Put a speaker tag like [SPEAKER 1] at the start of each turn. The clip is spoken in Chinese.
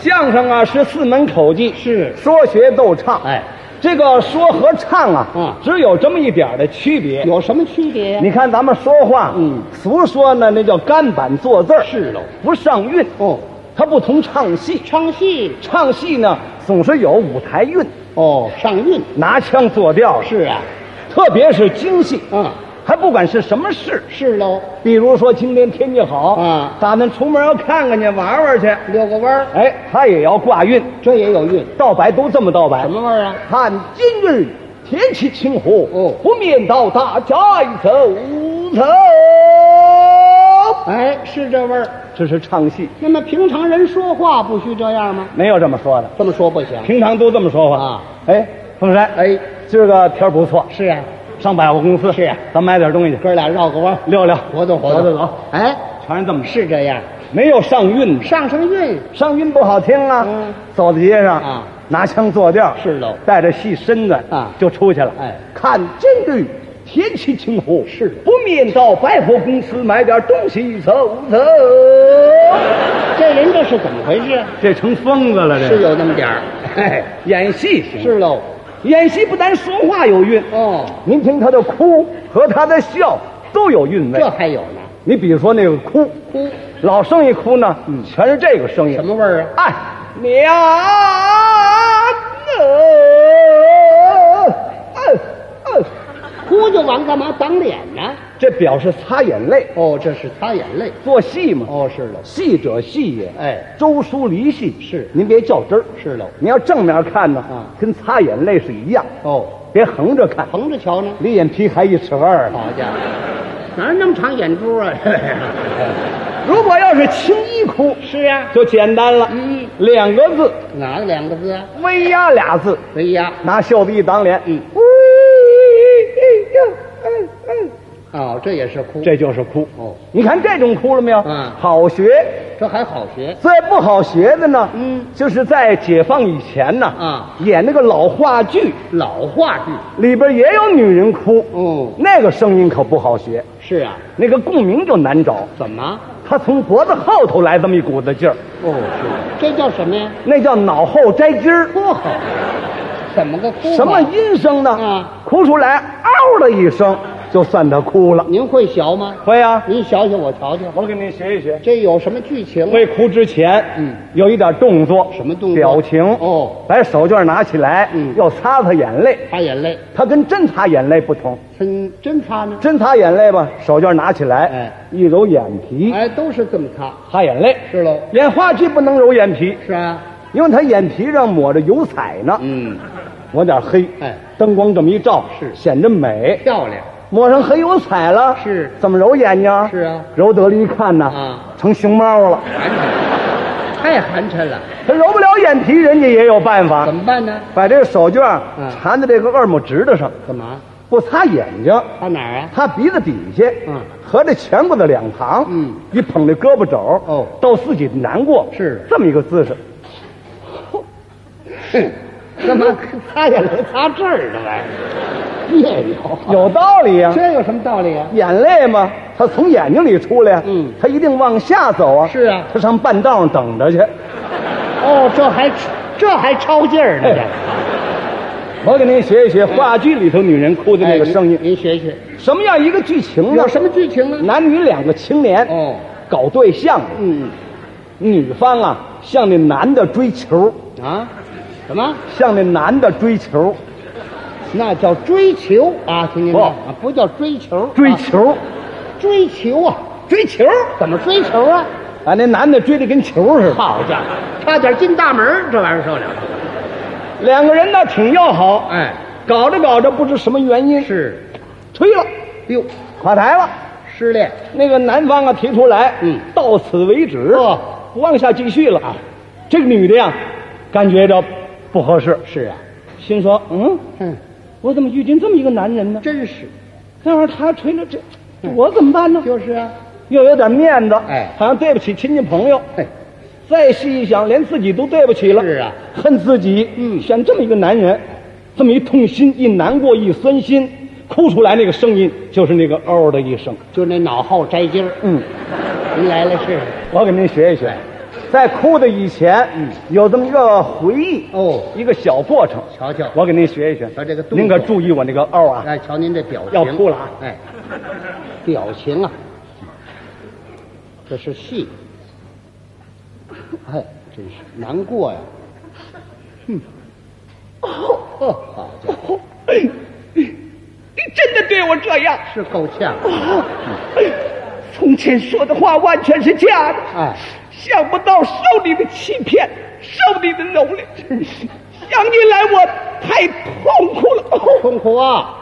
[SPEAKER 1] 相声啊是四门口技，
[SPEAKER 2] 是
[SPEAKER 1] 说学逗唱。
[SPEAKER 2] 哎，
[SPEAKER 1] 这个说和唱啊，
[SPEAKER 2] 嗯
[SPEAKER 1] 只有这么一点儿的区别。
[SPEAKER 2] 有什么区别呀？
[SPEAKER 1] 你看咱们说话，
[SPEAKER 2] 嗯
[SPEAKER 1] 俗说呢，那叫干板坐字儿，
[SPEAKER 2] 是喽，
[SPEAKER 1] 不上韵。
[SPEAKER 2] 哦，
[SPEAKER 1] 它不同唱戏，
[SPEAKER 2] 唱戏
[SPEAKER 1] 唱戏呢总是有舞台韵，
[SPEAKER 2] 哦，上韵
[SPEAKER 1] 拿腔作调，
[SPEAKER 2] 是啊，
[SPEAKER 1] 特别是京戏，
[SPEAKER 2] 嗯，
[SPEAKER 1] 还不管是什么事，
[SPEAKER 2] 是喽，
[SPEAKER 1] 比如说今天天气好，
[SPEAKER 2] 嗯
[SPEAKER 1] 打算出门要看看去玩玩去，
[SPEAKER 2] 遛个弯儿，
[SPEAKER 1] 哎，他也要挂韵，
[SPEAKER 2] 这也有韵，
[SPEAKER 1] 道白都这么道白
[SPEAKER 2] 什。么味儿啊？
[SPEAKER 1] 看今日天气晴和，
[SPEAKER 2] 哦
[SPEAKER 1] 不免到大家一走走。
[SPEAKER 2] 哎，是这味儿。
[SPEAKER 1] 这是唱戏，
[SPEAKER 2] 那么平常人说话不许这样吗？
[SPEAKER 1] 没有这么说的，
[SPEAKER 2] 这么说不行。
[SPEAKER 1] 平常都这么说话
[SPEAKER 2] 啊。
[SPEAKER 1] 哎，凤山，
[SPEAKER 2] 哎，
[SPEAKER 1] 今儿个天儿不错，
[SPEAKER 2] 是啊，
[SPEAKER 1] 上百货公司
[SPEAKER 2] 是啊
[SPEAKER 1] 咱买点东西去，
[SPEAKER 2] 哥俩绕个弯儿，
[SPEAKER 1] 溜溜，
[SPEAKER 2] 活动活
[SPEAKER 1] 走
[SPEAKER 2] 动
[SPEAKER 1] 走走，
[SPEAKER 2] 哎，
[SPEAKER 1] 全是这么说，
[SPEAKER 2] 是这样，
[SPEAKER 1] 没有上韵的，
[SPEAKER 2] 上上韵
[SPEAKER 1] 上韵不好听啊。
[SPEAKER 2] 嗯
[SPEAKER 1] 走在街上
[SPEAKER 2] 啊，
[SPEAKER 1] 拿腔作调，
[SPEAKER 2] 是喽
[SPEAKER 1] 带着戏身子
[SPEAKER 2] 啊
[SPEAKER 1] 就出去了。
[SPEAKER 2] 哎，
[SPEAKER 1] 看今日天气晴和，
[SPEAKER 2] 是
[SPEAKER 1] 不免到百货公司买点东西走走。
[SPEAKER 2] 这人这是怎么回事？
[SPEAKER 1] 这成疯子了，这
[SPEAKER 2] 是有那么点儿，
[SPEAKER 1] 哎，演戏行
[SPEAKER 2] 嗯是喽。
[SPEAKER 1] 演戏不单说话有韵，
[SPEAKER 2] 哦，
[SPEAKER 1] 您听他的哭和他的笑都有韵味
[SPEAKER 2] 这。还有呢，
[SPEAKER 1] 你比如说那个哭，
[SPEAKER 2] 哭
[SPEAKER 1] 老生一哭呢，全是这个声音
[SPEAKER 2] 嗯什。么味哎儿啊？
[SPEAKER 1] 哎，娘啊！嗯
[SPEAKER 2] 哎
[SPEAKER 1] 嗯
[SPEAKER 2] 哭就完，干嘛挡脸呢？
[SPEAKER 1] 这表示擦眼泪，
[SPEAKER 2] 哦，这是擦眼泪。
[SPEAKER 1] 做戏嘛。
[SPEAKER 2] 哦，是喽，
[SPEAKER 1] 戏者戏也，
[SPEAKER 2] 哎，
[SPEAKER 1] 周书离戏
[SPEAKER 2] 是
[SPEAKER 1] 您别较真儿。
[SPEAKER 2] 是喽。
[SPEAKER 1] 你要正面看呢，
[SPEAKER 2] 啊
[SPEAKER 1] 跟擦眼泪是一样，
[SPEAKER 2] 哦，
[SPEAKER 1] 别横着看，
[SPEAKER 2] 横着瞧呢。
[SPEAKER 1] 离眼皮还一尺二呢。
[SPEAKER 2] 好家伙，哪儿那么长眼珠啊？
[SPEAKER 1] 如果要是轻衣哭，
[SPEAKER 2] 是啊，
[SPEAKER 1] 就简单了，
[SPEAKER 2] 嗯，
[SPEAKER 1] 两个字，
[SPEAKER 2] 哪两个字啊？
[SPEAKER 1] 威压俩字，
[SPEAKER 2] 哎呀，
[SPEAKER 1] 拿袖子一挡脸，
[SPEAKER 2] 嗯
[SPEAKER 1] 呜，
[SPEAKER 2] 哦，这也是哭。
[SPEAKER 1] 这就是哭。
[SPEAKER 2] 哦，
[SPEAKER 1] 你看这种哭了没有？
[SPEAKER 2] 嗯
[SPEAKER 1] 好学。
[SPEAKER 2] 这还好学。
[SPEAKER 1] 最不好学的呢，
[SPEAKER 2] 嗯
[SPEAKER 1] 就是在解放以前呢，
[SPEAKER 2] 啊，
[SPEAKER 1] 演那个老话剧，
[SPEAKER 2] 老话剧。
[SPEAKER 1] 里边也有女人哭，
[SPEAKER 2] 哦，
[SPEAKER 1] 那个声音可不好学，
[SPEAKER 2] 是啊，
[SPEAKER 1] 那个共鸣就难找。
[SPEAKER 2] 怎么？
[SPEAKER 1] 他从脖子后头来这么一股子劲儿，
[SPEAKER 2] 哦，是，这叫什么呀？
[SPEAKER 1] 那叫脑后摘筋儿。
[SPEAKER 2] 嚯、怎么个哭法
[SPEAKER 1] 什么音声呢？
[SPEAKER 2] 啊
[SPEAKER 1] 哭出来，嗷的一声，就算他哭了。
[SPEAKER 2] 您会学吗？
[SPEAKER 1] 会啊，
[SPEAKER 2] 您学学我瞧瞧，
[SPEAKER 1] 我给您学一学。
[SPEAKER 2] 这有什么剧情？
[SPEAKER 1] 未哭之前，
[SPEAKER 2] 嗯，
[SPEAKER 1] 有一点动作，
[SPEAKER 2] 什么动作
[SPEAKER 1] 表情
[SPEAKER 2] 哦，
[SPEAKER 1] 把手绢拿起来，
[SPEAKER 2] 嗯
[SPEAKER 1] 要擦擦眼泪。
[SPEAKER 2] 擦眼泪，
[SPEAKER 1] 它跟真擦眼泪不同，
[SPEAKER 2] 真真擦呢？
[SPEAKER 1] 真擦眼泪吧，手绢拿起来，
[SPEAKER 2] 哎，
[SPEAKER 1] 一揉眼皮，
[SPEAKER 2] 哎，都是这么擦，
[SPEAKER 1] 擦眼泪。
[SPEAKER 2] 是喽？
[SPEAKER 1] 演话剧不能揉眼皮，
[SPEAKER 2] 是啊，
[SPEAKER 1] 因为他眼皮上抹着油彩呢，
[SPEAKER 2] 嗯，
[SPEAKER 1] 抹点黑，
[SPEAKER 2] 哎，
[SPEAKER 1] 灯光这么一照，
[SPEAKER 2] 是
[SPEAKER 1] 显着美。
[SPEAKER 2] 漂亮，
[SPEAKER 1] 抹上黑油彩了，
[SPEAKER 2] 是
[SPEAKER 1] 怎么揉眼睛啊？
[SPEAKER 2] 是啊
[SPEAKER 1] 揉得了一看呢，
[SPEAKER 2] 啊
[SPEAKER 1] 成熊猫了。
[SPEAKER 2] 寒碜，太寒碜了，
[SPEAKER 1] 他揉不了眼皮，人家也有办法
[SPEAKER 2] 怎，么办呢？
[SPEAKER 1] 把这个手绢
[SPEAKER 2] 嗯
[SPEAKER 1] 缠在这个二拇指头上，
[SPEAKER 2] 干嘛？
[SPEAKER 1] 不擦眼睛，
[SPEAKER 2] 擦哪儿啊？
[SPEAKER 1] 擦鼻子底下，
[SPEAKER 2] 嗯
[SPEAKER 1] 合着前部的两旁，
[SPEAKER 2] 嗯，
[SPEAKER 1] 一捧着胳膊肘，
[SPEAKER 2] 哦
[SPEAKER 1] 逗自己难过，
[SPEAKER 2] 是
[SPEAKER 1] 这么一个姿势。
[SPEAKER 2] 干嘛 擦眼泪擦这儿呢？来，别扭，
[SPEAKER 1] 有道理呀、
[SPEAKER 2] 这有什么道理啊？
[SPEAKER 1] 啊眼泪嘛，它从眼睛里出来，
[SPEAKER 2] 嗯
[SPEAKER 1] 它一定往下走啊，
[SPEAKER 2] 是啊
[SPEAKER 1] 它上半道上等着去。
[SPEAKER 2] 哦，这还这还抄劲儿呢，这。
[SPEAKER 1] 我给您学一学话剧里头女人哭的那个声音
[SPEAKER 2] 嗯哎，您您学学，
[SPEAKER 1] 什么样一个剧情呢
[SPEAKER 2] 有？什么剧情呢？
[SPEAKER 1] 男女两个青年
[SPEAKER 2] 哦，
[SPEAKER 1] 搞对象，
[SPEAKER 2] 嗯
[SPEAKER 1] 女方啊向那男的追求，
[SPEAKER 2] 啊，什么？
[SPEAKER 1] 向那男的追求，
[SPEAKER 2] 那叫追求啊，听见没有？
[SPEAKER 1] 不
[SPEAKER 2] 啊不叫追求，
[SPEAKER 1] 追
[SPEAKER 2] 啊
[SPEAKER 1] 求，
[SPEAKER 2] 追求啊，
[SPEAKER 1] 追求，
[SPEAKER 2] 怎么追求啊？
[SPEAKER 1] 把那男的追的跟球似的。
[SPEAKER 2] 好家伙，差点进大门儿，这玩意儿受了吗？
[SPEAKER 1] 两个人呢挺要好，
[SPEAKER 2] 哎，
[SPEAKER 1] 搞着搞着不知什么原因
[SPEAKER 2] 是，
[SPEAKER 1] 吹了，
[SPEAKER 2] 哟，
[SPEAKER 1] 垮台了。
[SPEAKER 2] 失恋，
[SPEAKER 1] 那个男方啊提出来，
[SPEAKER 2] 嗯
[SPEAKER 1] 到此为止，
[SPEAKER 2] 哦啊
[SPEAKER 1] 不往下继续了。这个女的呀，感觉着不合适，
[SPEAKER 2] 是啊，
[SPEAKER 1] 心说，嗯，
[SPEAKER 2] 嗯，
[SPEAKER 1] 我怎么遇见这么一个男人呢？
[SPEAKER 2] 真是，
[SPEAKER 1] 那玩意儿他吹了这，我怎么办呢？
[SPEAKER 2] 就是啊，
[SPEAKER 1] 又有点面子，
[SPEAKER 2] 嗯哎
[SPEAKER 1] 好像对不起亲戚朋友。
[SPEAKER 2] 嘿，
[SPEAKER 1] 再细一想，连自己都对不起了。
[SPEAKER 2] 是啊，
[SPEAKER 1] 恨自己，
[SPEAKER 2] 嗯
[SPEAKER 1] 选这么一个男人，这么一痛心，一难过，一酸心，哭出来那个声音就是那个嗷的一声。
[SPEAKER 2] 就那脑后摘筋儿，
[SPEAKER 1] 嗯，
[SPEAKER 2] 您来了试试，
[SPEAKER 1] 我给您学一学，
[SPEAKER 3] 在哭的以前，有这么一个回忆
[SPEAKER 2] 嗯哦
[SPEAKER 3] 一个小过程。
[SPEAKER 2] 瞧瞧
[SPEAKER 3] 我给您学一学。
[SPEAKER 2] 瞧这个动作
[SPEAKER 3] 您可注意我那个嗷啊！
[SPEAKER 2] 哎，瞧您这表情，
[SPEAKER 3] 要哭了啊
[SPEAKER 2] 哎，表情啊，这是戏，哎，真是难过呀，哼，呵，哦好家伙，
[SPEAKER 1] 你真的对我这样？
[SPEAKER 2] 是够呛，
[SPEAKER 1] 从前说的话完全是假的，
[SPEAKER 2] 哎，
[SPEAKER 1] 想不到受你的欺骗，受你的蹂躏，想起来我太痛苦了。
[SPEAKER 2] 痛苦啊！